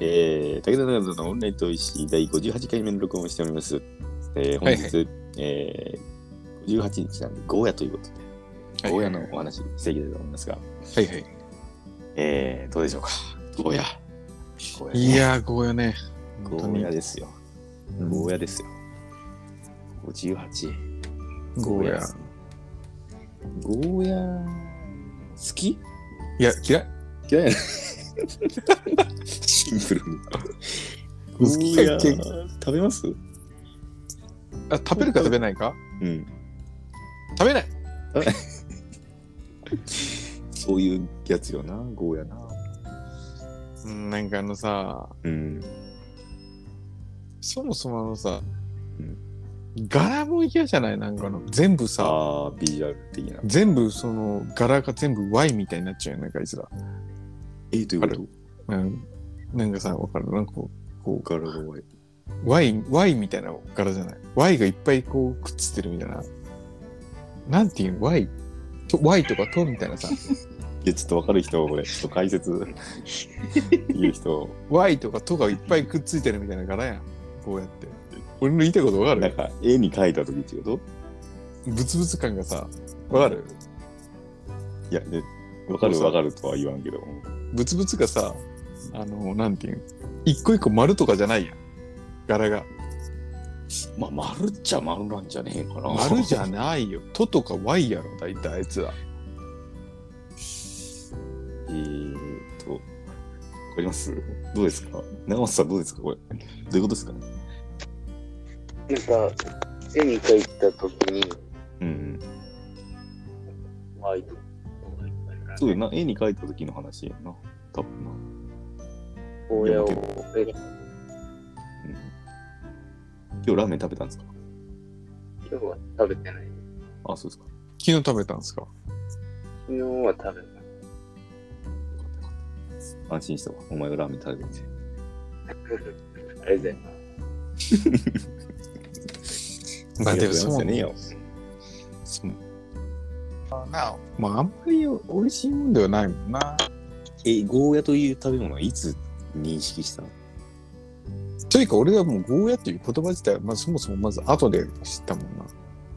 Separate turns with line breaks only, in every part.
えー、武田長野のオンライン投資第58回目の録音をしております。えー、本日、えー、58日なんで、ゴーヤということで、ゴーヤのお話していきたいと思いますが、
はいはい。
えー、どうでしょうか。ゴーヤ。ゴーヤね
いやー、ゴーヤね。
ゴーヤですよ。ゴーヤですよ。58。
ゴーヤ。
ゴーヤ、好き
いや、嫌い。
嫌い やなシンプルに。ゴ
好き
ー
か
ヤ、
嫌い
食べますう
あ、食べるか食べないか
ん。
食べない。
そういうやつよな、ゴーヤな。
うん、なんかあのさ、
うん。
そもそもあのさ
うん、
柄も嫌じゃないなんかあの、全部さ、
ああ、ビジュアル的な。
全部その柄が全部 Y みたいになっちゃうよ、なんかいつら。
え、ということ
うん。なんかさ、わかるなんかこう、こ
ガラガラワイ。
う、Y、Y みたいな柄じゃない ?Y がいっぱいこうくっつってるみたいな。なんていうの ?Y? と Y とかとみたいなさ、
いや、ちょっとわかる人、これ、ちょっと解 説言う人、
Y とかとがいっぱいくっついてるみたいな柄やん。こうやって。俺の言いたいことわか
なん
る
か、絵に描いた時ってこ
ブツブツ感がさ、わかる
といや、ね、わかるわかるとは言わんけど。
ブツブツがさ、あの、なんていうん一個一個丸とかじゃないやん。柄が。
まあ、丸っちゃ丸なんじゃねえかな
丸じゃないよ。ととか Y やろ、大体あいつら。
えーっと、わかりますどうですか長松さんどうですかこれ。どういうことですかね
なんか、絵に描いたときに、
うん。
まあ、い
そうだよな、絵に描いた時の話やな。多分な。
親を
いや
え
うん。今日ラーメン食べたんですか
今日は食べてない。
あ、そうですか。
昨日食べたんですか
昨日は食べない。
よかったよかった安心したわ。お前がラーメン食べて。
あれだよな。
まあでも
そ
そう
ね
う
え
ね。
よ。
そうまああんまり美味しいもんではないもんな。
え、ゴーヤという食べ物はいつ認識したの
というか俺はもうゴーヤっていう言葉自体は、まあそもそもまず後で知ったもんな。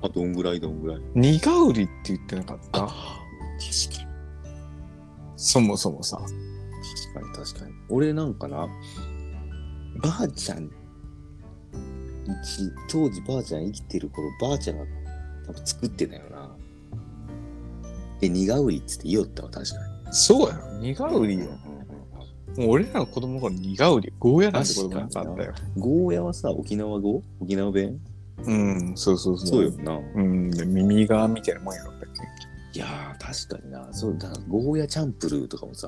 あ、どんぐらいどんぐらい。
苦売りって言ってなかった
確か
そもそもさ。
に。確かに確かに。俺なんかな、ばあちゃん、うち当時ばあちゃん生きてる頃、ばあちゃんが多分作ってたよな。で、苦うりっつって言おったわ、確か
そうやろ。苦
に。
売りよ。もう俺らの子供の頃苦売り、ゴーヤなんて言葉なかったよ。
ゴーヤはさ、沖縄語沖縄弁
うん、そうそうそう。
そうよ。な。
うん、で耳側みたいなもんやろだっけ。
いやー、確かにな。そう、だからゴーヤチャンプルーとかもさ、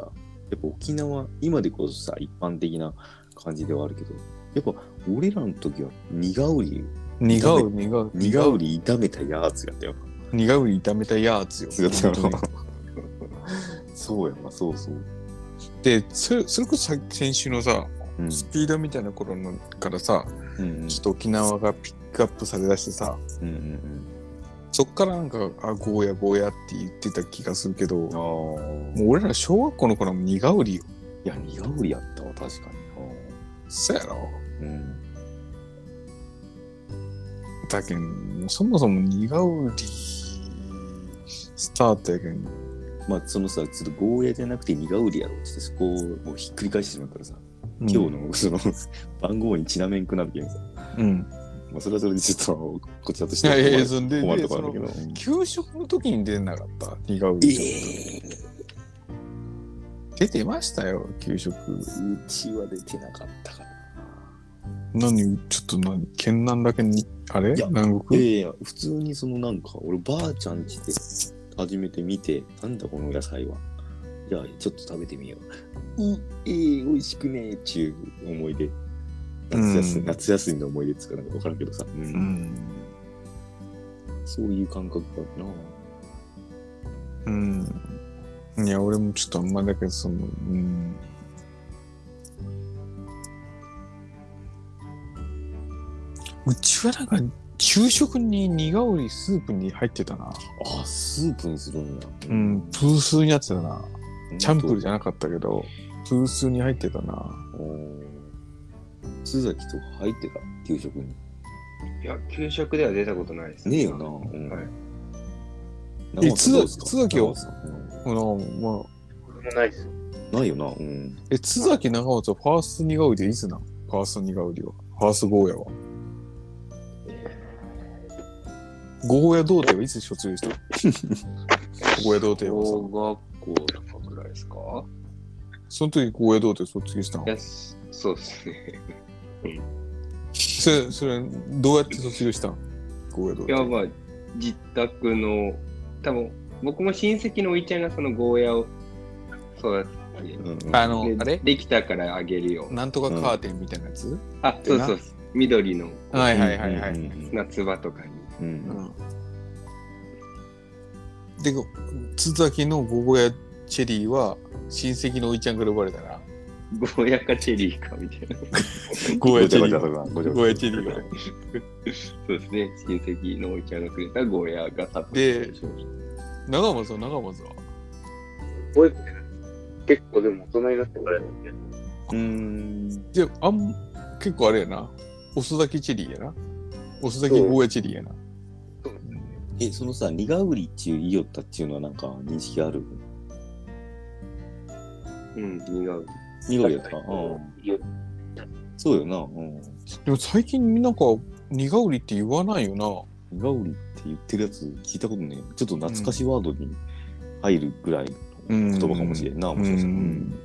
やっぱ沖縄、今でこそさ、一般的な感じではあるけど、やっぱ俺らの時は、苦うり、
苦う、苦う、
苦うり炒めたやつやったよ。
苦うり炒めたやつよ。本当に
そうやな、そうそう。
で、それそれこそさ先週のさ、
うん。
スピードみたいな頃のからさ、
うん
ちょっと沖縄がピックアップされだしてさ、
うんうん
そっからなんか、あ、ゴーヤ、ゴーヤって言ってた気がするけど、
うん。
も
ああ。
う俺ら小学校の頃はもう苦うりよ。
いや、苦うりやったわ、確か
そうやろ。
にな。うん。
だけんそもそも苦うりスタートやけん
まあ、そのさ、ちょっとゴーヤじゃなくて苦うりやろうって、そこをもうひっくり返してしまったらさ、今日
の
のそ の番号にちなめんくなるけどさ、
うん
まあ、それはそれでちょっと、こちらとし
い
ては
や
困る
いやいやそんで
困る
で
とこ
そ
ろなんだ
の
けど。うん
給食の時に出なかった苦う
え
り、出てましたよ給食
ーうちは出てなかったかな。
何ちょっと何県南だけにあれ
いや
南
いや
国
いや、普通にそのなんか、俺ばあちゃんちで初めて見て、なんだこの野菜は。じゃあ、ちょっと食べてみよう。うえー、美味しくねーっていう思い出。夏休
う
み
ん
夏休みの思い出っつうかなんか分からんけどさ、うん
うん、
そういう感覚かな。
うん、いや俺もちょっとあんまだけどそのうんうちはなんか給食に苦うりスープに入ってたな
ああ、スープにするんだ。
うん、プースーになってたな。チャンプルーじゃなかったけど、プースに入ってたな。
須崎とか入ってた給食に。
いや、給食では出たことないです。
ねえよな。うん
はい。
え
長瀬どうですか
津崎を
長瀬さんうん
この、まあ、
もないですよ。
ないよな。うん。
え、津崎長松はファースト似顔絵でいつなんファースト似顔絵は。ファーストゴーヤは。ゴーヤ童貞はいつ卒業したのゴーヤ童貞はさ
小。学校とかぐらいですか
その時ゴーヤ童貞卒業したの
いや、そそうですね。
それ、それ、どうやって卒業したのゴーヤ童
いや、
貞。
まあ、自宅の、多分僕も親戚のおいちゃんがそのゴーヤを育て
うんうん
あの
て、、
あ
で
れ
できたからあげるよ。
なんとかカーテンみたいなやつ、
あ、そうそうそう、緑の
はいはいはいはい。
うん
夏場とかに。
うんうんうん
で、津崎のゴーヤチェリーは親戚のおいちゃんから呼ばれたな。
ゴーヤかチェリーかみたいな。
ゴーヤチェリー。
ごちゃごちゃごちゃごちゃ
ゴーヤチェリーは。
そうですね、親戚のおいちゃんがくれたゴーヤが食
で、長松は長松は
覚えてない。結構でも大人になってからだけど。
うーん。
じゃあ、あん、結構あれやな。遅咲きチェリーやな。遅咲きゴーヤチェリーやな。
え、そのさ、ニガウリっていうイオったっていうのはなんか認識ある
うん、似合う。
ニガウリやったかうん
いや
そうよな。うん。
でも最近なんか、苦売りって言わないよな。
ニガウリって言ってるやつ聞いたことね、ちょっと懐かしワードに入るぐらいの言葉かもしれんな、もしかしたら。
う
うんん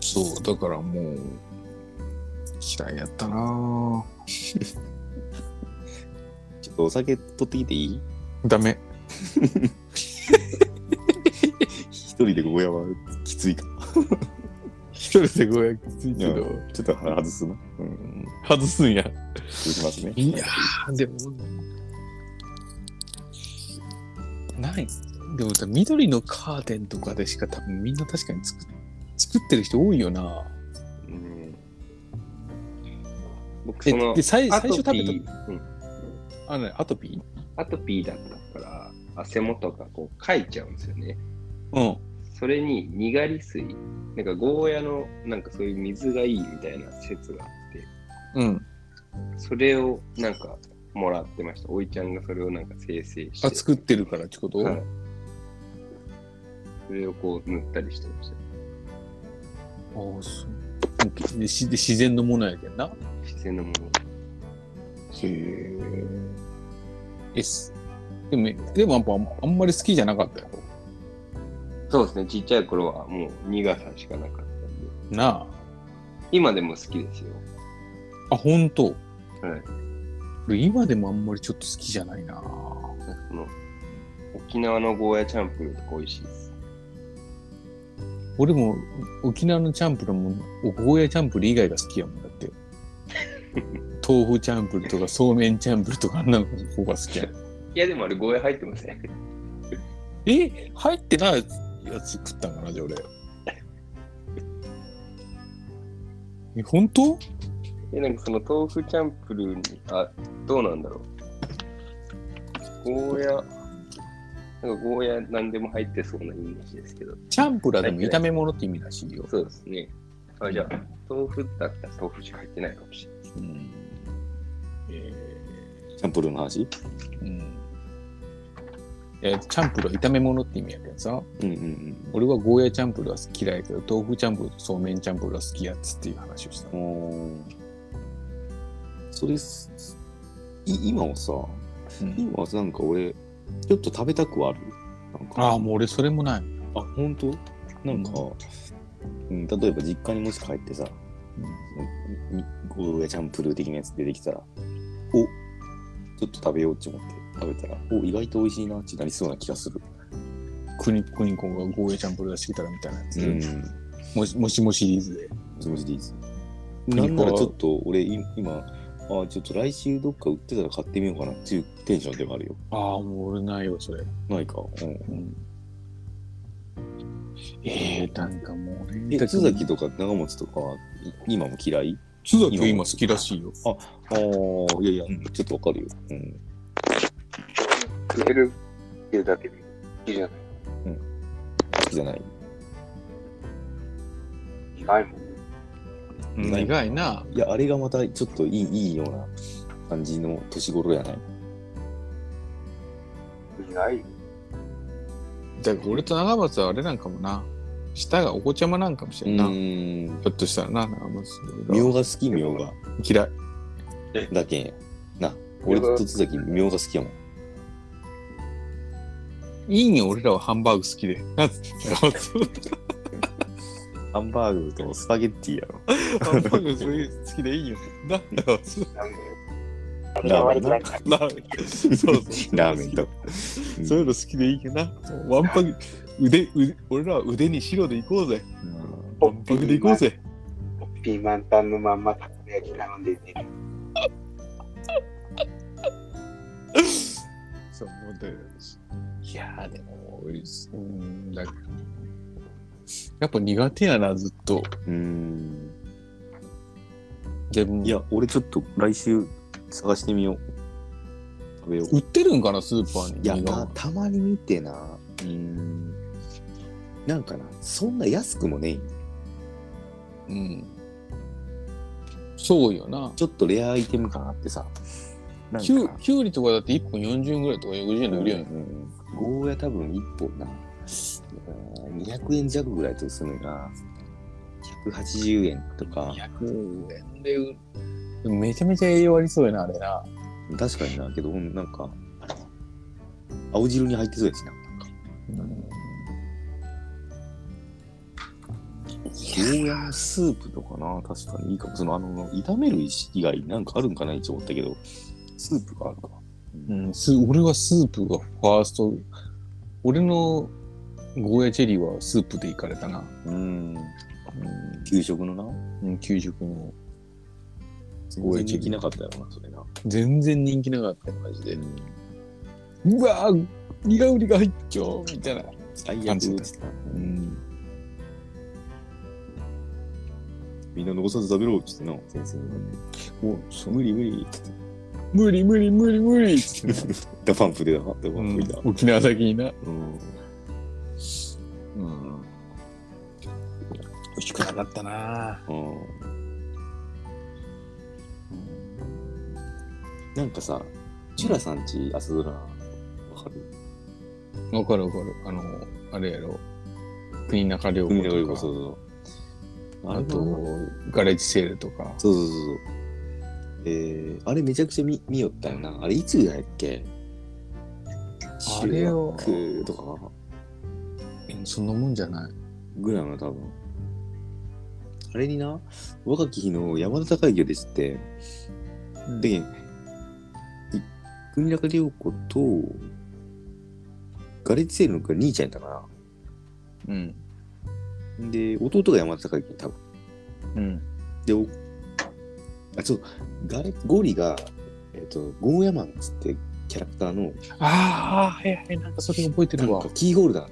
そう、だからもう、嫌いやったな
ちょっとお酒取ってきていい
ダメ。
一人でゴーヤはきついか。
一人でゴーヤきついけ
い
ど
や、ちょっと外すな。うん。
外すんや。
そうしますね。
いやー、でも、ない。でもさ、緑のカーテンとかでしか多分みんな確かに作っ作ってる人多いよな。
うん、僕、
え
その
で、、最
ア
最初
ト
食
ピ
べた、、
ー
あの、アトピ
アトピーだったから、汗もとかこう、かいちゃうんですよね。
ーうん。
それに、にがり水、なんかゴーヤの、なんかそういう水がいいみたいな説があって、
うん。
それをなんかもらってました。おいちゃんがそれをなんか生成して。
あ、作ってるからってこと、
はいそれをこう塗ったりしてました。
ああ、そう。でしで自然のものやけんな。
自然のもの。
へえ。えす。でも、でもやっぱあんあんまり好きじゃなかったよ。
そうですね、ちっちゃい頃はもう苦さしかなかったんで。
な
今でも好きですよ。
あ。あ、ほんと。
はい。
俺今でもあんまりちょっと好きじゃないな。
その沖縄のゴーヤチャンプルーとか美味しいです。
俺も沖縄のチャンプルーも、ゴーヤチャンプルー以外が好きやもんだって。豆腐チャンプルーとかそうめんチャンプルーとかあんなの方が好きやん。
いや、でもあれゴーヤ入ってません。
え入ってないやつ食ったんかなじゃあ俺。え、本当
え、なんかその豆腐チャンプルーに、あ、どうなんだろう。ゴーヤ、なんかゴーヤ何でも入ってそうなイメージですけど。
チャンプラーでも炒め物って意味らしいよ。
そうですね。あ、じゃあ、豆腐だったら豆腐しか入ってないかもしれない。
うん。
え
チャンプルーの話
ーうん。えーチャンプルーは炒め物って意味やけどさ、
うんうんうん。
俺はゴーヤチャンプルーは嫌いやけど、豆腐チャンプルーとそうめんチャンプルーは好きやっつっていう話をしたの。
おそれすい今はさ
うん
今はなんか俺ちょっと食べたくはあるなんか
ああ、もう俺それもない。
あ本当なんか、うん、例えば実家にもし帰ってさ、うん、ゴーヤチャンプルー的なやつ出てきたらおちょっと食べようって思って食べたらお意外と美味しいなってなりそうな気がする
クニクニコンがゴーヤチャンプルー出してきたらみたいなやつ。
うん
もしもしもシリーズで。
そのシリーズ
クニコ
な
は
んならちょっと俺い今あちょっと来週どっか売ってたら買ってみようかなっていうテンションでもあるよ
ああ、もう俺ないよ、それ。
ないかうん
うん、ええー、なんかもう俺
え、津崎とか長松とかはい今も嫌い
津崎は今好きらしいよ。
ああ、いやいや、うんちょっとわかるよ。うん。
食べるっていうだけでいいじゃない。
好きじゃない。
苦いもんね。
うん苦いな。
いや、あれがまたちょっといいいいような感じの年頃やない。
苦い。
だから俺と長松はあれなんかもな。舌がお子ちゃまなんかもし
う
れんな。ひ
ーん。
ょっとしたらな、長松
みょうが好き、みょうが。
嫌い。
だけんや。な、俺と津崎、みょうが好きやもん。
いいんよ、俺らはハンバーグ好きで。 長松
ハンバーグとスパゲッティやろ。
ハンバーグそういう好きでいいよ。な、長松
なんで
ラーメンな
ラーメン。そうそう。
ラーメンと。
そういうの好きでいいけどな。ワンパク、腕、腕俺らは腕に白で行こうぜ。
うん
ワンパクで行こうぜ。
ピーマンタンのまんまたこ焼き頼んでて、
そう思っていやーでも、うん、だやっぱ苦手やな、ずっと。
うーん。
でも
いや、俺ちょっと来週探してみよう。食べよう。
売ってるんかな、スーパーに。
いや、
苦
たたまに見てな。うーん。なんかな、そんな安くもねえんよ
うん。そうよな。
ちょっとレアアイテム感あってさ。なん
きゅうきゅうりとかだって1本40円ぐらいとか40円で売るよ
うん
ね。
うん、ゴーヤ多分1本な。うん200円弱ぐらいとするのが、180円とか、
100円で売る。めちゃめちゃ栄養ありそうやな、あれな。
確かにな、けど、なんか、あれ青汁に入ってそうやしな。なんかゴーヤのスープとかな、確かにいいかも。その、あの、炒める以外なんかあるんかな一応思ったけど、スープがあるか。
うん、す俺はスープがファースト。俺のゴーヤチェリーはスープでいかれたな。
うん。給食のな、
うん、給食の。
ゴーヤ人気なかったよな、それな。
全然人気なかったよ、マジで。うわぁ、苦売りが入っちゃうみたいな。
最
感
悪
じ
で
だ
した。
うん。
みんな残さず食べろっつってな、先生に
もう、そ
無理無理。
無理無理無理無理つってな
ダパンプでだ、ダパンプいた。
沖縄先にな。
うん。
うん。美味しくなかったな
うん。なんかさ、チュラさんち朝ドラ、わかる
わかるわかる。あの、あれやろ。国中涼
海
子
の上
と
こ
か
そ、うそう。
あ
れ
と
も、
ガレージセールとか。
そうそうそうそう。えー、あれめちゃくちゃ見見よったよな。あれいつぐらいやっけ
あれを
中学とか
えそんなもんじゃない。
ぐらいの多分。あれにな、若き日の山田孝之ですって、で、い国中涼子と、ガレッジセールの子が兄ちゃんやったか
うん。
な。で、弟が山田孝之多分。
うん。
で、おあ、そう、ガレゴリが、えっ、と、ゴーヤマンっつってキャラクターの、
ああ、はいはい。なんかそれ覚えて
な
る
ん
わ
か。キーホルダー。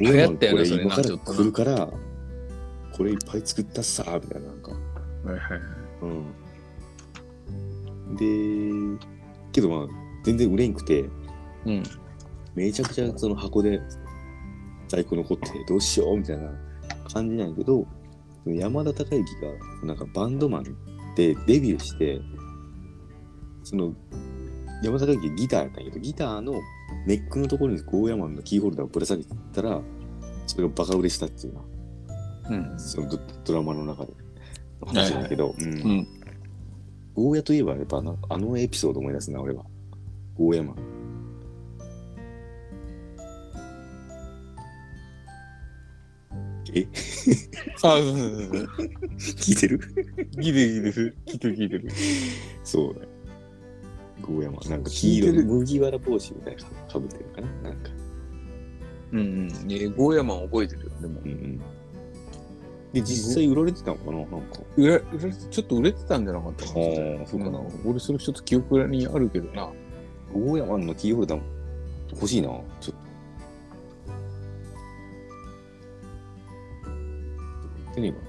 流行ったよね
ゴーヤマンこ
そ
れ
れな
今
ちょ
か
っと
ら来
な
るから、これいっぱい作ったっさーみたいな、なんか。
はいはい。
うん。で、けどまあ、全然売れんくて、
うん。
めちゃくちゃその箱で在庫残ってどうしようみたいな感じなんやけど、その山田孝之がなんかバンドマンでデビューして、その山田孝之ギターやったんやけど、ギターのネックのところにゴーヤマンのキーホルダーをぶら下げてたら、それがバカ売れしたっていうな。
うん。
そのドドラマの中での話だけど、うん
うん
ゴーヤといえばやっぱなんかあのエピソード思い出すな俺はゴーヤマンえ
あ、そうそうそうそう。
聞いてる
ギリギリです。きっと聞いてる。
そうだよゴーヤマンなんか黄色
聞いて
い
る
麦わら帽子みたいなかぶってるのかななんか
うんうん。え、ゴーヤマン覚えてるよ。でも
う。んうんで実際売られてたのかななんか
売ら売られてちょっと売れてたんじゃなかったかな
ああそうかな
うん俺それちょっと記憶にあるけどな。
ゴーヤマンのキーホルダーも欲しいなちょっと売ってねえかな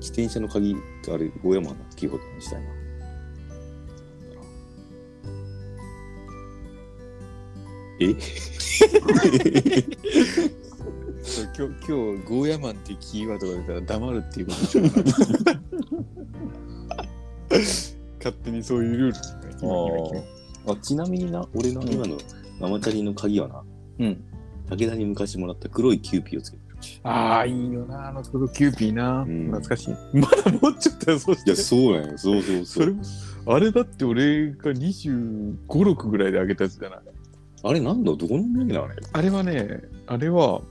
自転車の鍵あれゴーヤマンのキーホルダーにしたいなえ
そう今日、今日、ゴーヤマンってキーワードが出たら黙るっていうことでしょ 勝手にそういうルールとか今今決
あちなみにな、俺の今のママチャリの鍵はな、
めうん。
武田に昔もらった黒いキューピーをつけてる。
ああ、いいよな、あの黒キューピーな。
うん
懐かしい。まだ持っちゃったよ、そし
い
て
や、。そうなんよ。そうそう
そ
そ
れ
う。
も、あれだって俺が25、6ぐらいであげたやつじゃない。
あれなんだどこの面だあれ。
あれはね、あれは、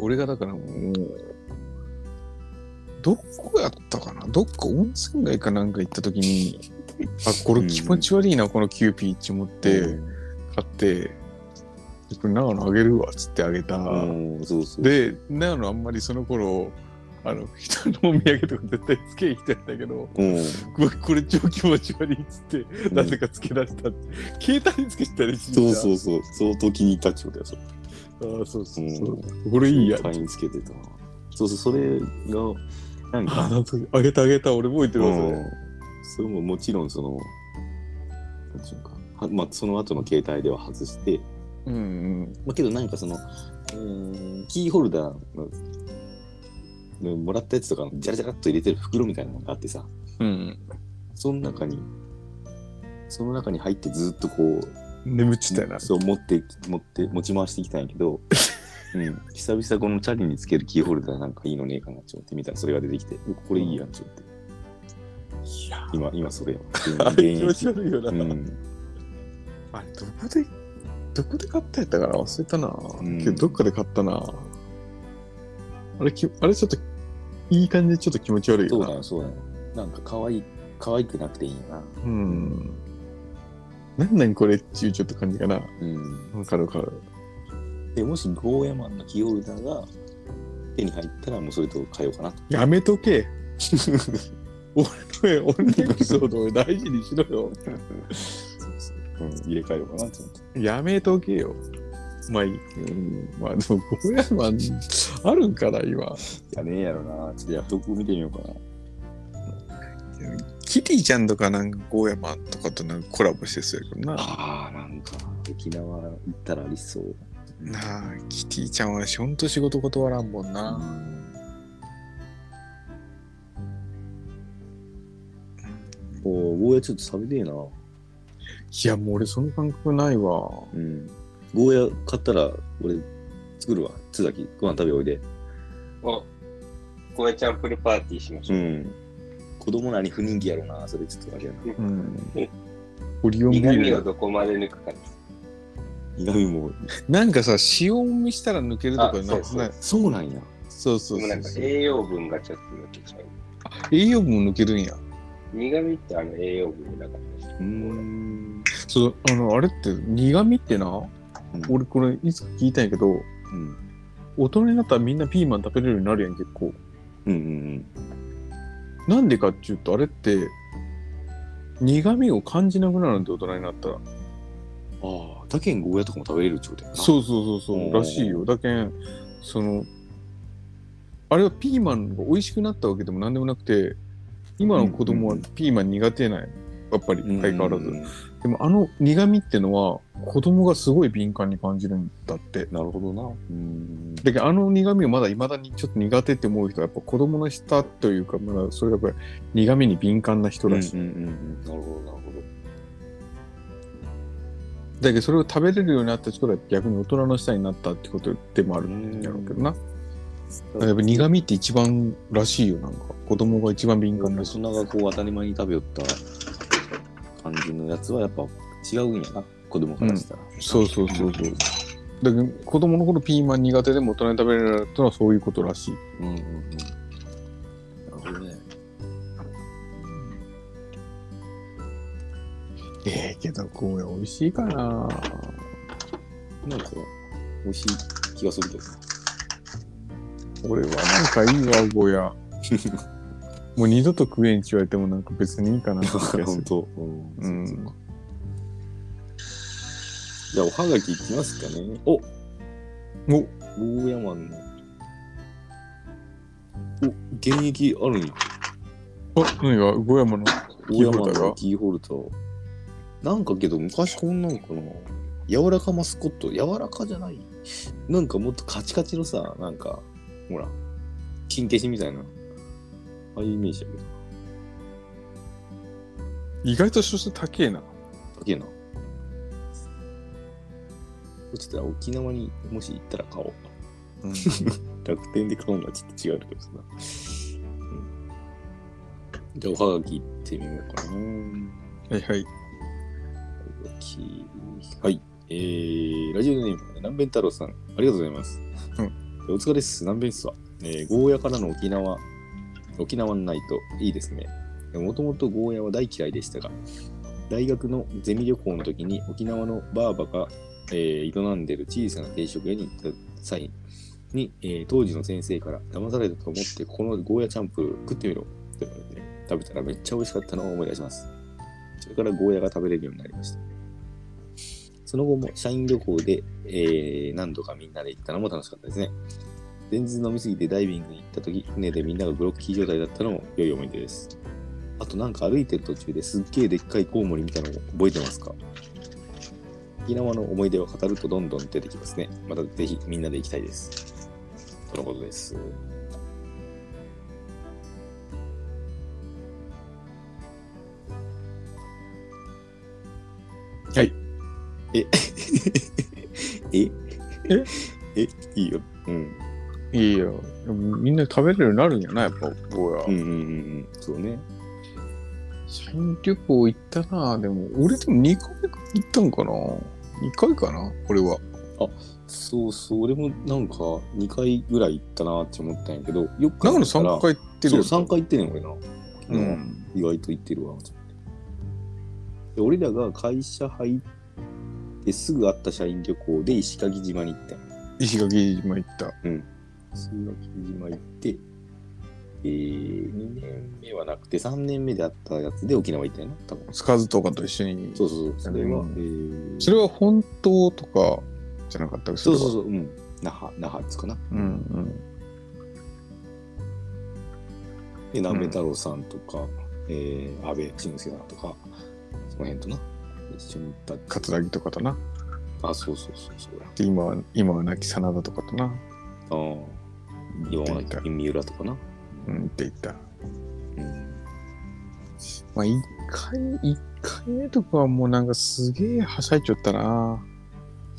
俺がだからもう、どこやったかなどっか温泉街かなんか行った時に、あ、これ気持ち悪いな、このキューピー一持って、買って、これ長野あげるわ、つってあげた。
うん、そうそう。
で、長野あんまりその頃、あの、人のお土産とか絶対つけに来てたんだけど、
うん、
うわこれ超気持ち悪いっつって、なぜかつけられたって。携帯につけてたりして
そうそうそう。相当気に入ったっちゅうことや、それ。
ああ、そうそうそうう。これいいや。
会員つけてたな。そうそう、それが、なん
あ
か、
なんかあげたあげた、俺覚えてるわ、
うんそれももちろんその、なんちゅうか、はまあ、その後の携帯では外して、
うんうん。
まあ、けどなんかその、えーキーホルダーののもらったやつとかのジャラジャラっと入れてる袋みたいなのがあってさ
うん。
その中にその中に入ってずっとこう
眠っちゃったよな。
そう持って持って持ち回してきたんやけ ど、うん、久々このチャリにつけるキーホルダーなんかいいのねえかなって思って見たらそれが出てきておこれいいやんって思って
いや、
今今それよ
あれ気持ち悪いよな。
うん、
あれ、どこで、どこで買ったやったから忘れたな。
ん
けど、どっかで買ったな。あれ、きあれちょっと、いい感じでちょっと気持ち悪い
そ
よ
うだ
な。
よそうだよなんか可愛い可愛くなくていいよな
うん。なんなんこれっていうちょっと感じかな。
うん
わかるわかる。
でもしゴーヤマンのキーホルダーが手に入ったらもうそれと変えようかなと。
やめとけ。 俺のエピソードを大事にしろよ。
うん、入れ替えようかなと思って。
やめとけよ。まあいい。うん、まあでも、ゴーヤマン、あるんかな、今。
いやねえやろな。ちょっとやっとく見てみようかな。
キティちゃんとかなんか、ゴーヤマンとかとなんかコラボしてそうやけどな。
ああ、なんか沖縄行ったらありそう。
なあ、キティちゃんは私ほんと仕事断らんもんな。
おお、ゴーヤちょっと寂れえな。
いや、もう俺その感覚ないわ。
うん。ゴーヤ買ったら俺作るわ。津崎、ご飯食べおいで。
お、ゴーヤチャンプルパーティーしましょ
ん。子供らに不人気やろな。それちょっとあれやな。
うん
え。
オリオ
う。
ンビ
苦味
ー
を
ル。
どこまで抜くかです。
苦味も。
なんかさ、塩もみしたら抜けるとかな
あそうそう
な
そうなんや。
そうそ
で
う
もな
そう
んか
そう。
栄養分がちょっと抜けちゃう。
栄養分も抜けるんや。
苦味ってあの栄養分なかったです。
うーん。
そう、あの、あれって苦味ってな、俺これいつか聞いたんやけど、
うん。
大人になったらみんなピーマン食べれるようになるやん、結構。
うんうん
なんでかっていうと、あれって、苦味を感じなくなるんで、大人になったら。
うん。ああ、他県ゴーヤとかも食べれるってことやな。
そうそうそうそう、
おー
らしいよ。だけん、その、あれはピーマンが美味しくなったわけでも何でもなくて、今の子供はピーマン苦手なんや。やっぱり、相変わらず。
うん
でもあの苦味ってのは、子供がすごい敏感に感じるんだって。
なるほどな。うん。
だけどあの苦味をまだいまだにちょっと苦手って思う人はやっぱ子供の舌というかまだそれがやっぱり苦味に敏感な人ら
う
しい、
んうんうんうん。なるほど、なるほど。
だけどそれを食べれるようになった人は逆に大人の舌になったってことでもあるんやろうけどな、やっぱ苦味って一番らしいよなんか子供が一番敏感
大
らしい、
人がこう当たり前に食べよった感じのやつはやっぱ違うんやな、子供からしたら。
そうそうそうそうだけど子供の頃ピーマン苦手でも大人に食べれるようになったのはそういうことらしい
うんうんうん。なるほどね。
ええけどこうや美味しいかな
なんか、美味しい気がするけど。
俺はなんかいいわゴーヤ もう二度と食えんって言われてもなんか別にいいかなって気がする
本当。うん。そうそうじゃあ、おはがきいきますかね。お
お
大山の。お、現役あるんや。
あ何がゴヤマの
大山のキーホルダー。なんかけど、昔こんなんかな。柔らかマスコット、柔らかじゃない。なんかもっとカチカチのさ、なんか、ほら、金消しみたいな。ああいうイメージだけど。
意外と所詮高えな。
だけな。ちょっと沖縄にもし行ったら買おう。
うん、
楽天で買うのはちょっと違うけどさ。うんじゃあ、おはがき行ってみようかな。
はいはい。
はい。えー、ラジオネーム、南弁太郎さん、ありがとうございます。
うん
お疲れです、南弁っすわ。えー、ゴーヤからの沖縄、沖縄のナイト、いいですね。もともとゴーヤは大嫌いでしたが、大学のゼミ旅行の時に沖縄のバーバが、えー営んでる小さな定食屋に行った際に、えー当時の先生から騙されたと思って、ここのゴーヤチャンプルー食ってみろと言われて、食べたらめっちゃ美味しかったのを思い出します。それからゴーヤが食べれるようになりました。その後も社員旅行で、えー何度かみんなで行ったのも楽しかったですね。前日飲みすぎてダイビングに行った時、船でみんながブロッキー状態だったのも良い思い出です。あとなんか歩いてる途中ですっげえでっかいコウモリみたいなの覚えてますか沖縄の思い出を語るとどんどん出てきますね。またぜひみんなで行きたいです。とのことです。
はい。
ええ えいいよ。うん。
いいよ。みんな食べれるようになるんじゃないやっぱ、ゴーヤ。
うんうんうんうん。そうね。
社員旅行行ったなでも、俺でも2回行ったんかな ?2 回かなこれは。
そうそう、俺もなんか2回ぐらい行ったなって思ったんやけど、よく考
長
え
野
たら
3回行ってるよ。
そう、3回行ってんねん、俺な。
う
うん
ん。
意外と行ってるわ、と思ってで俺らが会社入ってすぐあった社員旅行で石垣島に行ったんや
石垣島行った。
石垣島行って、えー、2年目はなくて、3年目であったやつで沖縄行ったよな、多分。
スカズとかと一緒に。
そうそうそう。それは、
うん
えー
それは本当とかじゃなかった
そうそう
う。
そう、うん。那覇、那覇ですかな。
うんうん。
で、南米太郎さんとか、えー、安倍晋介さんとか、その辺とな、一緒に行ったっけ
桂木とかとな。
あ、そうそうそう、そうや。
で、今は、今は亡き真田とかとな。
ああ、
行
今
って
は
行った。
三浦とかな。
うん、行って行った。
うん。
まあ、一回、一回目とかはもうなんかすげえはしゃいちゃったな。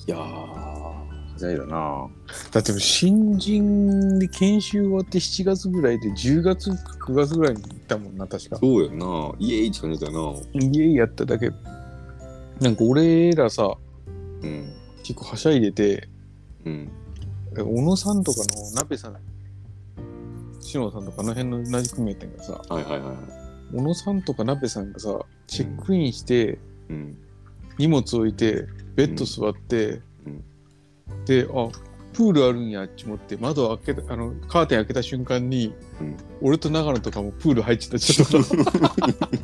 いやー、はしゃいだな。
だってもう新人で研修終わって7月ぐらいで10月か9月ぐらいに行ったもんな、確か。
そうやな。イエーイって感じだよ
家やっただけ。なんか俺らさ、
な。うん。
結構はしゃいでて、
うん。
小野さんとかの鍋さん、篠野さんとかあの辺の同じ組やったんやけどさ、
はいはいはい。
小野さんとか鍋さんがさ、チェックインして、
うん。
荷物置いてベッド座って、
うん
であプールあるんやって思って窓開けたあのカーテン開けた瞬間に、
うん
俺と長野とかもプール入ってたちょっとは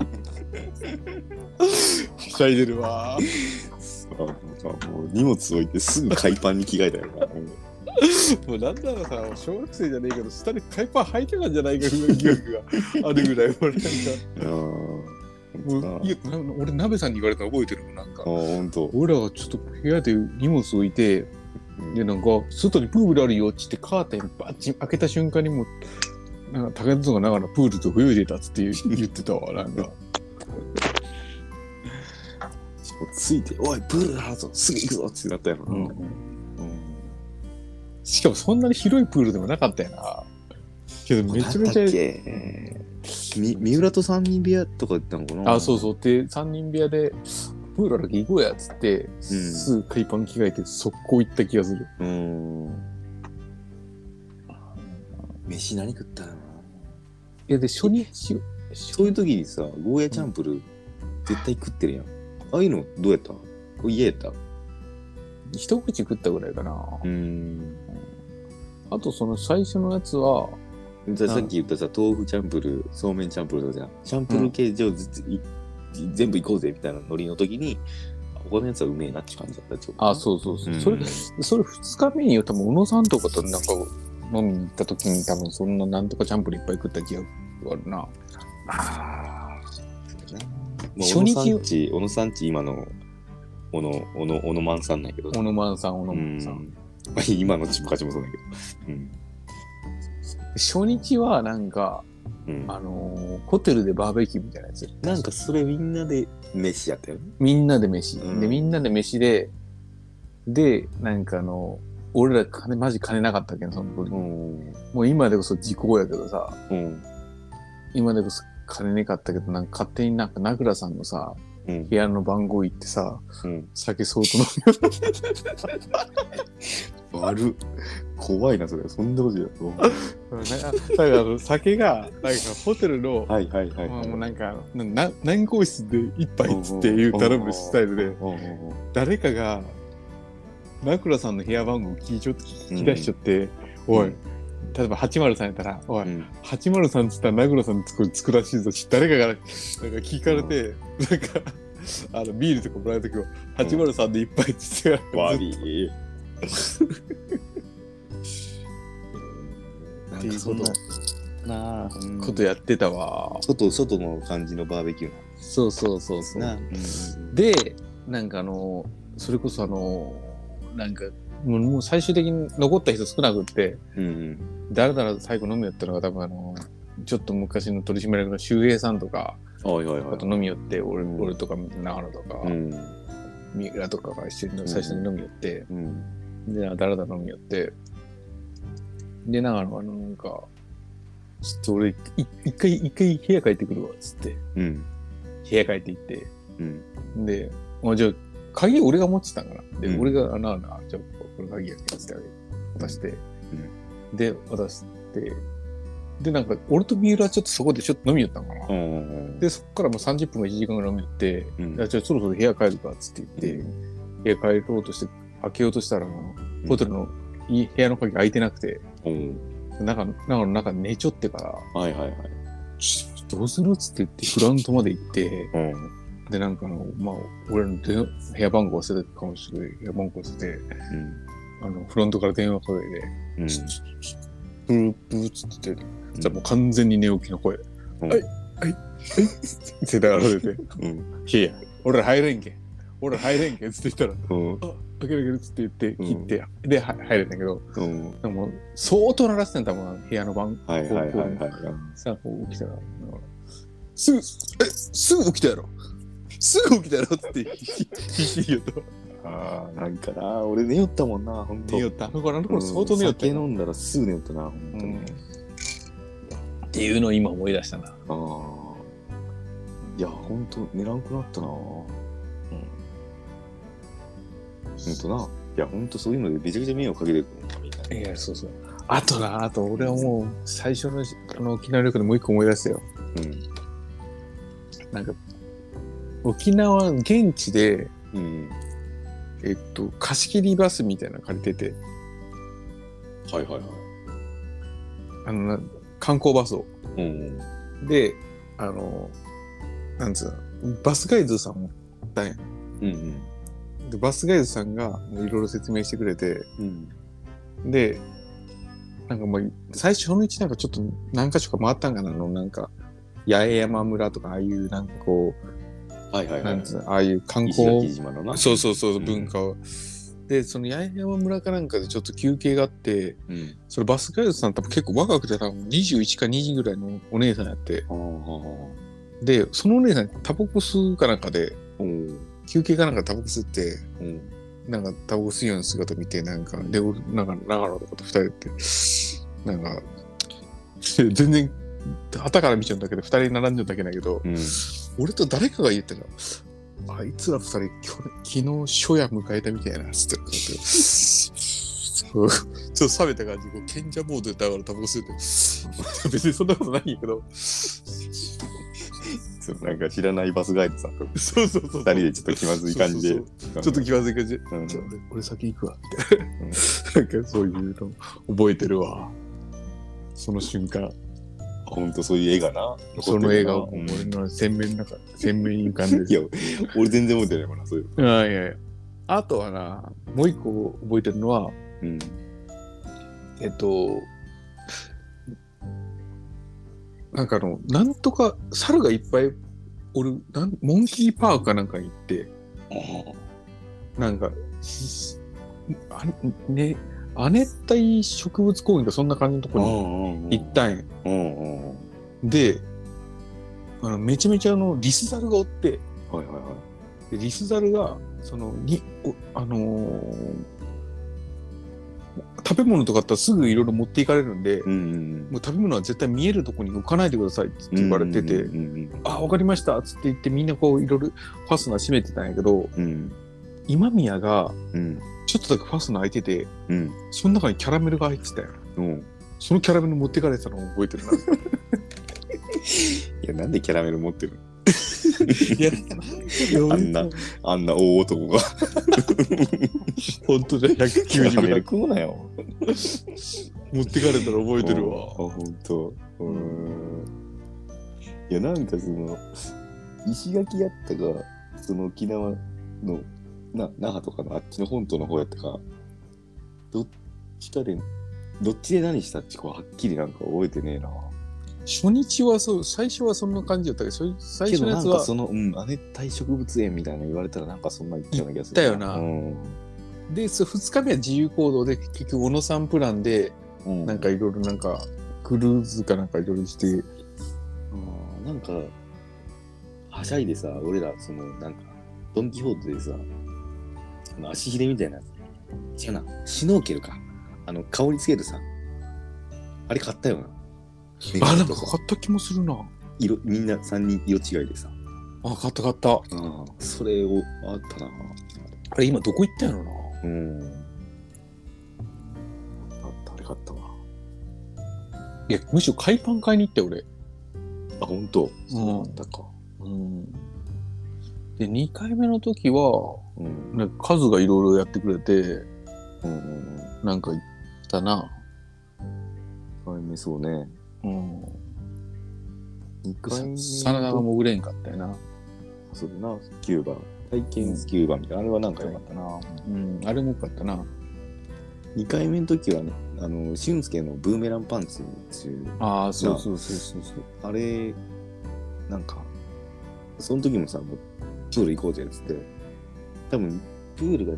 しゃいでるわ
あなんかもう荷物置いてすぐ海パンに着替えたよな。
もうなんならさ小学生じゃねえけど下で海パン履いてたんじゃないかぐらい疑惑があるぐらい俺なんか
うん。
もういやな俺鍋さんに言われたの覚えてるもんなんか
あ、ほんと。
俺らがちょっと部屋で荷物置いてでなんか外にプールあるよっつってカーテンバッチン開けた瞬間にもうなんか武田とか長野プールと泳いでたっつって言 う言ってたわなんか
ついて、おい、プールだぞ、すぐ行くぞってなったよな。
うんしかもそんなに広いプールでもなかったよなけどめちゃめ
なんだっ
ち
けえーみ三浦と三人部屋とか言ったのか
ゃ
な
あそうそうで3人部屋でプールあるけ行こうやっつって、すぐ海パン着替えて速攻行った気がする
うーん飯何食ったかない
やで初日
そういう時にさゴーヤチャンプルー絶対食ってるやんああいうのどうやったお家やったう
一口食ったぐらいかな
ーん
あとその最初のやつは
じゃあさっき言ったさ豆腐チャンプルーそうめんチャンプルーとかじゃんチャンプルー系じゃあずつい全部行こうぜみたいなノリの時に他のやつはうめえなって感じだったってこと
あ、そうそうそう。
うん
それ、それ二日目に多分、小野さんとかとなんか飲みに行った時に多分、そんななんとかチャンプルーいっぱい食った記憶があるな。
ああ。まあ、
初
小野
日
さんち、小野さんち今の小野、小野、小野マンさんなんやけど。
小野マンさん、小野
う
マン
ん
さん。。
まあ今のチップカチもそうだけど。うん。
初日はなんか、
うん、
あのーホテルでバーベキューみたいなやつ。
なんかそれみんなで飯やったよね。
みんなで飯。
うん
で、みんなで飯で、で、なんかあの、俺ら金、マジ金なかったけん、その時。
ん。
もう今でこそ時効やけどさ、
うん。
今でこそ金なかったけど、なんか勝手になんか、名倉さんのさ、
うん。
部屋の番号行ってさ、
うん。
酒相当飲
悪っ怖いな、それ。そんなことや。 うん
む。なんか、だからあの酒が、なんかホテルの、
はいはいはい。
まあもうなんか、な何個室で一杯っつっていう頼むスタイルで、
うんうんうん
誰かが、名倉さんの部屋番号聞いちょ聞き出しちゃって、
うん
おい、例えば803やったら、おい、
うん
803っつったら名倉さん作る作らしいぞし誰かがなんか聞かれて、なんかあのビールとかもらう時は803でいっぱいっつってから、
悪い。 なんかそんな
っ、
なあ、うん
ことやってたわ、
外、外の感じのバーベキューなん
そうそうそう
です
そう
な。
でなんかあのそれこそあのなんかもうもう最終的に残った人少なくって
うん。
誰だら最後飲みよったのが多分あのちょっと昔の取締役の周平さんとか
はいはいは
あ
い
と。飲みよって俺,、
うん
俺とか長野とか、
うん。
三浦とかが一緒に最初に飲みよって、
うん。
で、だらだら飲みよって。で、長野がなんか、ちょっと俺、い一回、一回部屋帰ってくるわ、つって。
うん。
部屋帰って行って。
うん。
で、あじゃあ、鍵俺が持ってたから。で、
うん
俺が、あなあなあ、じゃあ、これ鍵やけど、つってあげて渡して。で、渡して。で、なんか、俺と三浦はちょっとそこでちょっと飲みよったのかな。
うん。
で、そこからもう30分か1時間ぐらい飲みよって、
うん
いやじゃあそろそろ部屋帰るかっつって言って、部屋帰ろうとして、開けようとしたら、ホテルのい部屋の鍵が開いてなくて、
うん。
中の中の中に寝ちょってから、
はいはいはい。
ちょっとどうするっつって言って、フラントまで行って、
うん。
で、なんかあの、まあ、俺の電話部屋番号忘れてたかもしれない部屋番号忘れて、あの、フロントから電話かけて、
うん。
ちょちょちょブーブーっつってて、そしたらもう完全に寝起きの声、
うん
はい、はい、はい、ってだられて、
うん。
いや、俺ら入れんけん。俺ら入れんけんっつって言ったら、
うん。
開ける開けるっつって言って、
うん
切って、で、は入れたけど、
うん。
でも、相当鳴らしてんだもん、部屋の番
はいはいはいはい。
さ、こう起きたら、なんかすぐ、え、すぐ起きたやろすぐ起きたやろって言って、ひひよと。
ああ、なんかな、俺寝よったもんな、ほんと。
寝よった。あの頃あの頃相当寝よった
酒
よな。
飲んだらすぐ寝よったな、ほんと
うん
に。
っていうのを今思い出したな。
ああ。いや、ほんと、寝らんくなったな。うん。ほんとな。いや、ほんとそういうのでめちゃくちゃ迷惑かけてくるもんなみんな。
いや、そうそう。あとな、あと俺はもう、最初のあの沖縄旅行でもう一個思い出したよ。なんか、沖縄、現地で、
うん。うん。
えっと、貸し切りバスみたいなの借りてて、
はいはいはい。
あの、な観光バスを。
うん。
で、あの、なんつうの、バスガイドさんも、
うん
でバスガイドさんがいろいろ説明してくれて、
うん。うん。
で、なんかもう、最初のうちなんかちょっと何か所か回ったんかな、あの、なんか、八重山村とか、ああいうなんかこ
はいは
う、
いは
なん
い。
つうの、ああいう観
石垣
光、
島のな。
そうそうそう、
ん
文化を。で、その八重山村かなんかでちょっと休憩があって、
うん。
それバスガイドさん多分結構若くて多分21か2 0ぐらいのお姉さんやって
ああ。う
でそのお姉さんタバコ吸うかなんかで
ん。
休憩かなんかでタバコ吸って
うん。
なんかタバコ吸うような姿見てなんかで俺なんか長野とかと二人ってなんか全然旗から見ちゃうんだけど二人並んじゃうだけだけど
うん。
俺と誰かが言ってたあいつら二人去年昨日初夜迎えたみたいなっつってなんかそうちょっと冷めた感じこう賢者モードでだからタバコ吸うて別にそんなことないんやけど
そうなんか知らないバスガイドさんと
そうそうそう。
二人でちょっと気まずい感じで
そうそうそうちょっと気まずい感じで。
うん
じゃあ俺俺先行くわ。みたいな。なんかそういうの覚えてるわ。その瞬間、
ほんとそういう映画な。
その映画を
う
俺
ん
の鮮明の中、鮮明に浮かんで
いや
る。、
俺全然覚えてないもんな、そういうの。
いやいやいや。あとはな、もう一個覚えてるのは、
うん。
えっと、なんかあの、なんとか、猿がいっぱいおる、なんモンキーパークかなんかに行って、なんか、しあね、亜熱帯植物公園がそんな感じのとこに
ん
行ったんや。
うんうんうん。
で、あの、めちゃめちゃあの、リスザルがおって、で
はいはいはい。
リスザルが、その、に、おあのー食べ物とかあったらすぐいろいろ持っていかれるんで、
うんうん
もう食べ物は絶対見えるとこに置かないでくださいって言われてて、
うんうん
あ、わかりましたっつって言ってみんなこういろいろファスナー閉めてたんやけど、
うん
今宮が
うん
ちょっとだけファスナー開いてて、
うん
その中にキャラメルが入ってたよ。
うんうん。
そのキャラメル持ってかれてたのを覚 えてるな。
いや、なんでキャラメル持ってるの
いや、
あ んなあんな大男が。
本当じゃ
キャラメル
190
食うなよ。
持ってかれたら覚えてる
あ、
わ。
ほんと。うーん。いや、なんかその、石垣やったか、その沖縄の、な、那覇とかのあっちの本島の方やったか、どっちかで、どっちで何したってこうはっきりなんか覚えてねえな。
初日はそう、最初はそんな感じだったけど、そ最
け
初
ど
のや
なん
つ
か
は
その、うん、亜熱帯植物園みたいなの言われたらなんかそんな言ったような気がする。
行ったよな
うん。
で、そう2日目は自由行動で、結局、小野さんプランで、
うん
なんかいろいろなんか、クルーズかなんかいろいろして、
あーなんか、はしゃいでさ、俺ら、その、なんか、ドン・キホーテでさ、あの足ひれみたいなやつ。違うな、シュノーケルか。あの、顔につけるさ。あれ買ったよな。
あ、なんか買った気もするな。
色、みんな3人色違いでさ。
あ、買った買った。
うん。それを、あったな。
あれ、今どこ行ったんやろな。
うん。
あった、あれ買ったわ。いや、むしろ海パン買いに行ったよ、俺。
あ、ほんと。
うん
だったか。
うん。で、2回目の時は、
うん。
なんかカズがいろいろやってくれて、
うんうんうん。
なんか行ったな。
二回目そうね。
うん。
2回目。
真田が潜れんかったよな。
そうだな、スキューバ。体験スキューバみたいな。あれはなんか良かったな。
うん、あれもよかったな。
2回目の時はね、あの、俊介のブーメランパンツっていう、
ああ、
そう
そうそうそうそう。
あれ、なんか、その時もさ、もう、プール行こうぜっつって、多分、プールが、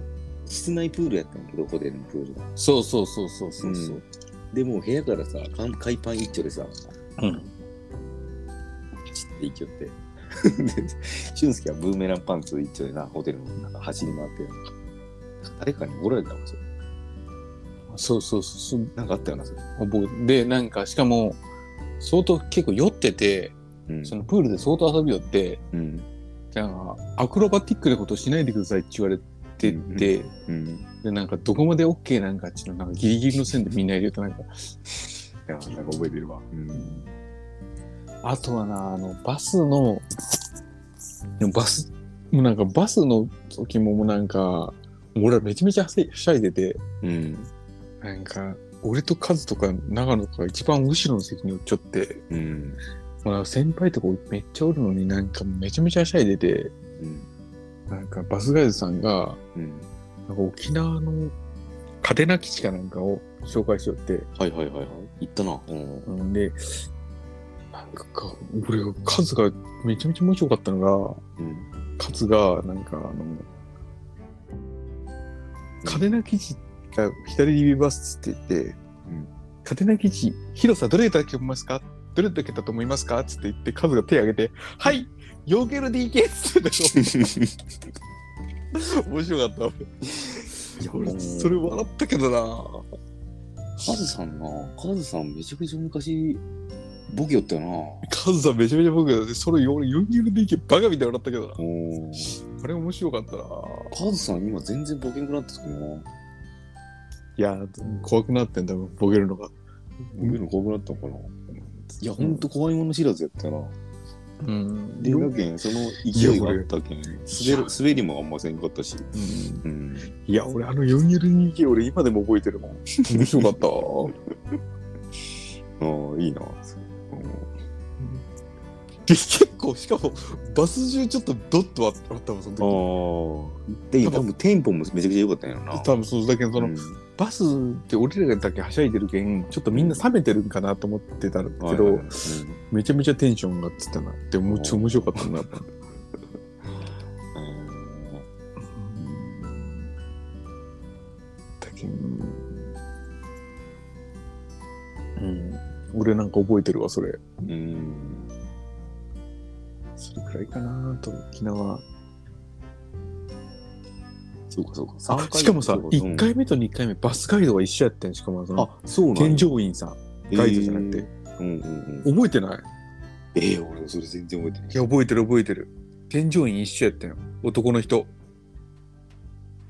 室内プールやったんやけど、ホテルのプールが。
そうそうそうそうそう。
で、もう部屋からさ、かん海パン一丁でさ、
うん。
走って行きよって。 で、俊介はブーメランパンツ一丁でな、ホテルの中走り回って、誰かにおられたわ、それ。
そうそうそう。
なんかあったよな、それ。
覚えで、なんか、しかも、相当結構酔ってて、
うん
そのプールで相当遊びよって、
うん。
じゃあ、アクロバティックなことしないでくださいって言われてて、
うん。い
で、なんか、どこまで OK なんかっていうの、なんかギリギリの線でみんな入れて、なんか、
や、なんか覚えてるわ。うん。
あとはな、あの、バスの、でもバス、もうなんかバスの時ももうなんか、もう俺はめちゃめちゃはしはしゃいでて、
うん。
なんか、俺とカズとか長野とか一番後ろの席に寄っちゃって、
うん。
まあ、先輩とかめっちゃおるのになんかめちゃめちゃはしゃいでて、
うん。
なんかバスガイドさんが、
うん。
なんか沖縄の嘉手納基地かなんかを紹介しよって、
はいはいはいはい。行ったな。うん。
うんで、なんかか、俺がカズがめちゃめちゃ面白かったのが、
うん。
カツが、なんかあの、嘉手納基地が左に見えますって言って、
うん
嘉手納基地、広さどれだけ思いますかどれだけだと思いますかつって言って、カズが手を挙げて、はい、4LDK っつってたの面白かった。
いや
俺それ笑ったけどな。
カズさんな、カズさんめちゃくちゃ昔、ボケよったよな。
カズさんめちゃめちゃ僕が、それ俺 4LDK バカみたいに笑ったけどな。
お
あれ面白かったな。
カズさん今全然ボケなくなってたけどな。
いや、怖くなってんだ、ボケるのが。
ボケの怖くなったのかな。いや、ほんと怖いもの知らずやったな。
うん
で、だけん、その勢いがあったけん、滑る滑りもあんませんかったし。
う
う
ん
ん。
いや、俺あの 4L2K 俺今でも覚えてるもん。面白かった。
ああ、いいな。
で、 結構、しかも、バス中ちょっとドッとあったもん、その
あ
時。
あ。で、多分テンポもめちゃくちゃ良かったんやろな。
多分そうだけど、その、バスって俺らだけはしゃいでるけん、ちょっとみんな冷めてるんかなと思ってたんだけど、めちゃめちゃテンション上がってたな。でも、ちょっと面白かったな。
うん
うんうん、俺なんか覚えてるわそれ
うん。
それくらいかなと沖縄
そうか、そうか。三
あ
回
しかもさ
そうか
1回目と2回目バスガイドが一緒やってんしかもそ
うん
の
あ、そうなんや
添乗員さんガイドじゃなくて、。
えーうんうんうん。
覚えてない
えー、俺もそれ全然覚えてない。
いや覚えてる覚えてる添乗員一緒やってんよ男の人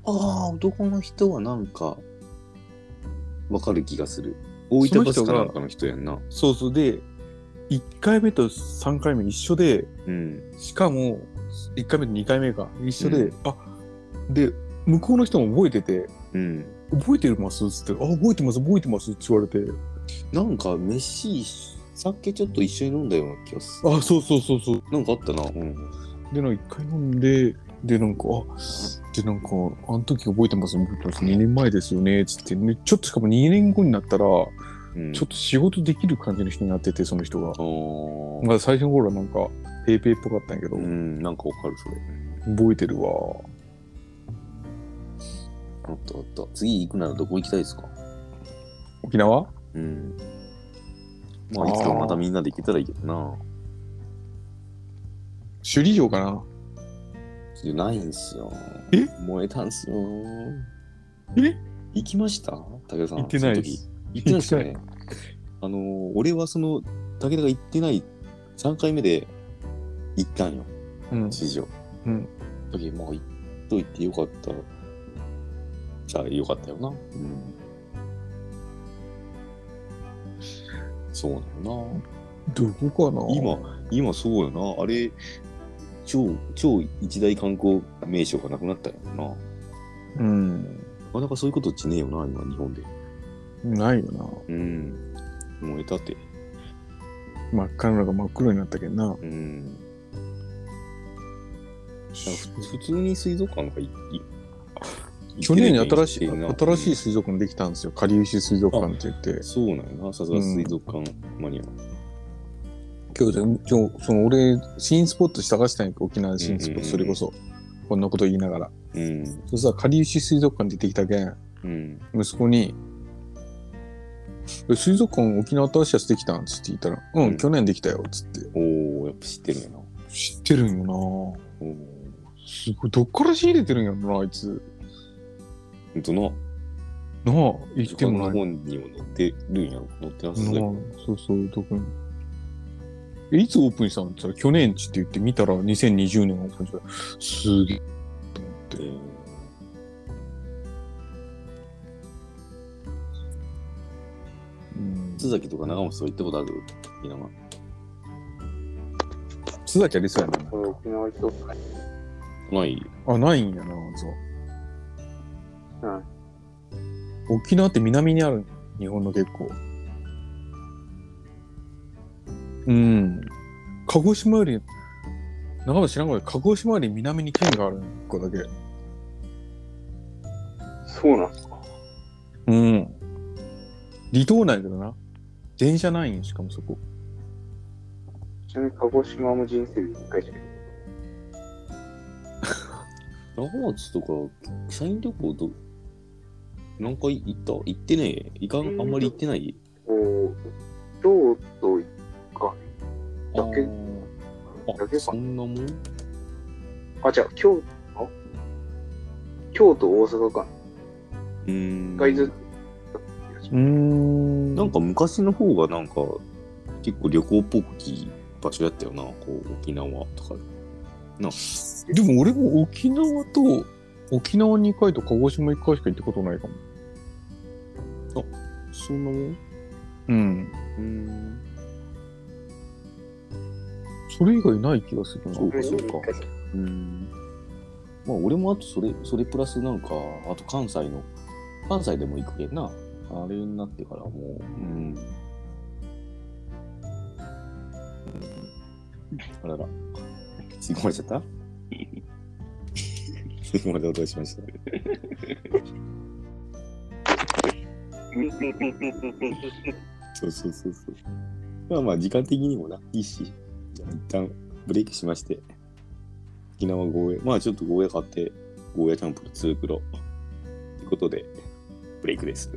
ああ、男の人はなんか、わかる気がする。大分バスかなんかの人やんな。
そうそうで1回目と3回目一緒で
うん。
しかも1回目と2回目が一緒で、
う
あで向こうの人も覚えてて
うん。
「覚えてます?」っつって「あ覚えてます覚えてます」って言われて
なんか、飯、酒ちょっと一緒に飲んだような気がす
「あそうそうそうそう
る。なんかあったな。うん。」
でなんか1回飲んででなんか「あでなんかあの時覚えてます覚えてます2年前ですよね」っつって、ね、ちょっとしかも2年後になったらちょ
うん、
っと仕事できる感じの人になっててその人が。
と
まあ、最初の頃はなんかペイペイっぽかったんやけど、
うん、なんかわかる、それ。
覚えてるわ
あったあった。次行くならどこ行きたいですか
沖縄
うん。まあ、
あー
いつかまたみんなで行けたらいいけどな。
首里城かな
じゃないんすよ。
え
燃えたんすよ。
え
行きました武田さん。
行ってない
その
で
時
す
行ってないですよね。あのー、俺はその、武田が行ってない3回目で行ったんよ、
うん
地上。
うん。
時、まあ、行っといてよかった。じゃあ、よかったよな。うん。そうだよな。
どこかな
今、今そうよな。あれ、超、超一大観光名所がなくなったよな。な
うん
かなかそういうことってねえよな、今、日本で。
ないよな
うん。燃えたて。
真っ赤なのが真っ黒になったけどな
うん。だからふ普通に水族館なんかいい
去年に新しい新しい
い。
水族館できたんですよかりゆし水族館って言って
そうなんやな、さすが水族館マニア。
今日じゃ今日その俺新スポット探したんやけど沖縄の新ス
う
ポット
んうんうん
それこそこんなこと言いながら
うん。
そしたらかりゆし水族館出てきたけん
うん。
息子に「え水族館沖縄新しいやつできたん?」っつって言ったら「うん、
うん
去年できたよ」っつって
おおやっぱ知ってるんやな。
知ってるんよ
おお
なすごいどっから仕入れてるんやろなあいつ
ほんとな。
なあ行っ
他
て
の
もない
本にも載ってるんやろ。載ってなさ
な
そう
あ
やな
そうそうどこにえいつオープンしたのって言ったら去年っちって言って見たら2020年オープンしたすげえ
えー
うん
津崎とか長本とか行ったことある沖縄。
津崎ありそうやな
これ沖縄行こうか
ない
あないんやなそう
うん
沖縄って南にある日本の結構うん鹿児島より長野知らんけど鹿児島より南に県がある一個だけ
そうなんですか。
うん離島なんやけどな電車ないんよしかもそこ
ちなみに鹿児島も人生で一回しか行っ
長松とか、社員旅行ど、何回行った行ってねえ。いかん、あんまり行ってない
たおー京都行くか。
あ
だけ
ー
だ
あ、
けか
そんなもん
あ、じゃあ京都あ京都、大阪か。
うん
一回ずつ。
うん
なんか昔の方がなんか結構旅行っぽくき場所やったよな、こう沖縄とか。な
でも俺も沖縄と沖縄2回と鹿児島1回しか行ったことないかも
そんなもん
うん
うん。
それ以外ない気がするな
そうかそう
一
か
回。しか
うん。まあ俺もあとそれ、それプラスなんか、あと関西の、関西でも行くけんな。あれになってからもう、うん。あらら。吸い込まれちゃった吸い込まれた音がしました。そうそうそうそう。まあまあ、時間的にもな、いいし、じゃあ一旦ブレイクしまして、沖縄ゴーヤ、まあちょっとゴーヤ買って、ゴーヤチャンプル2袋。ということで、ブレイクです。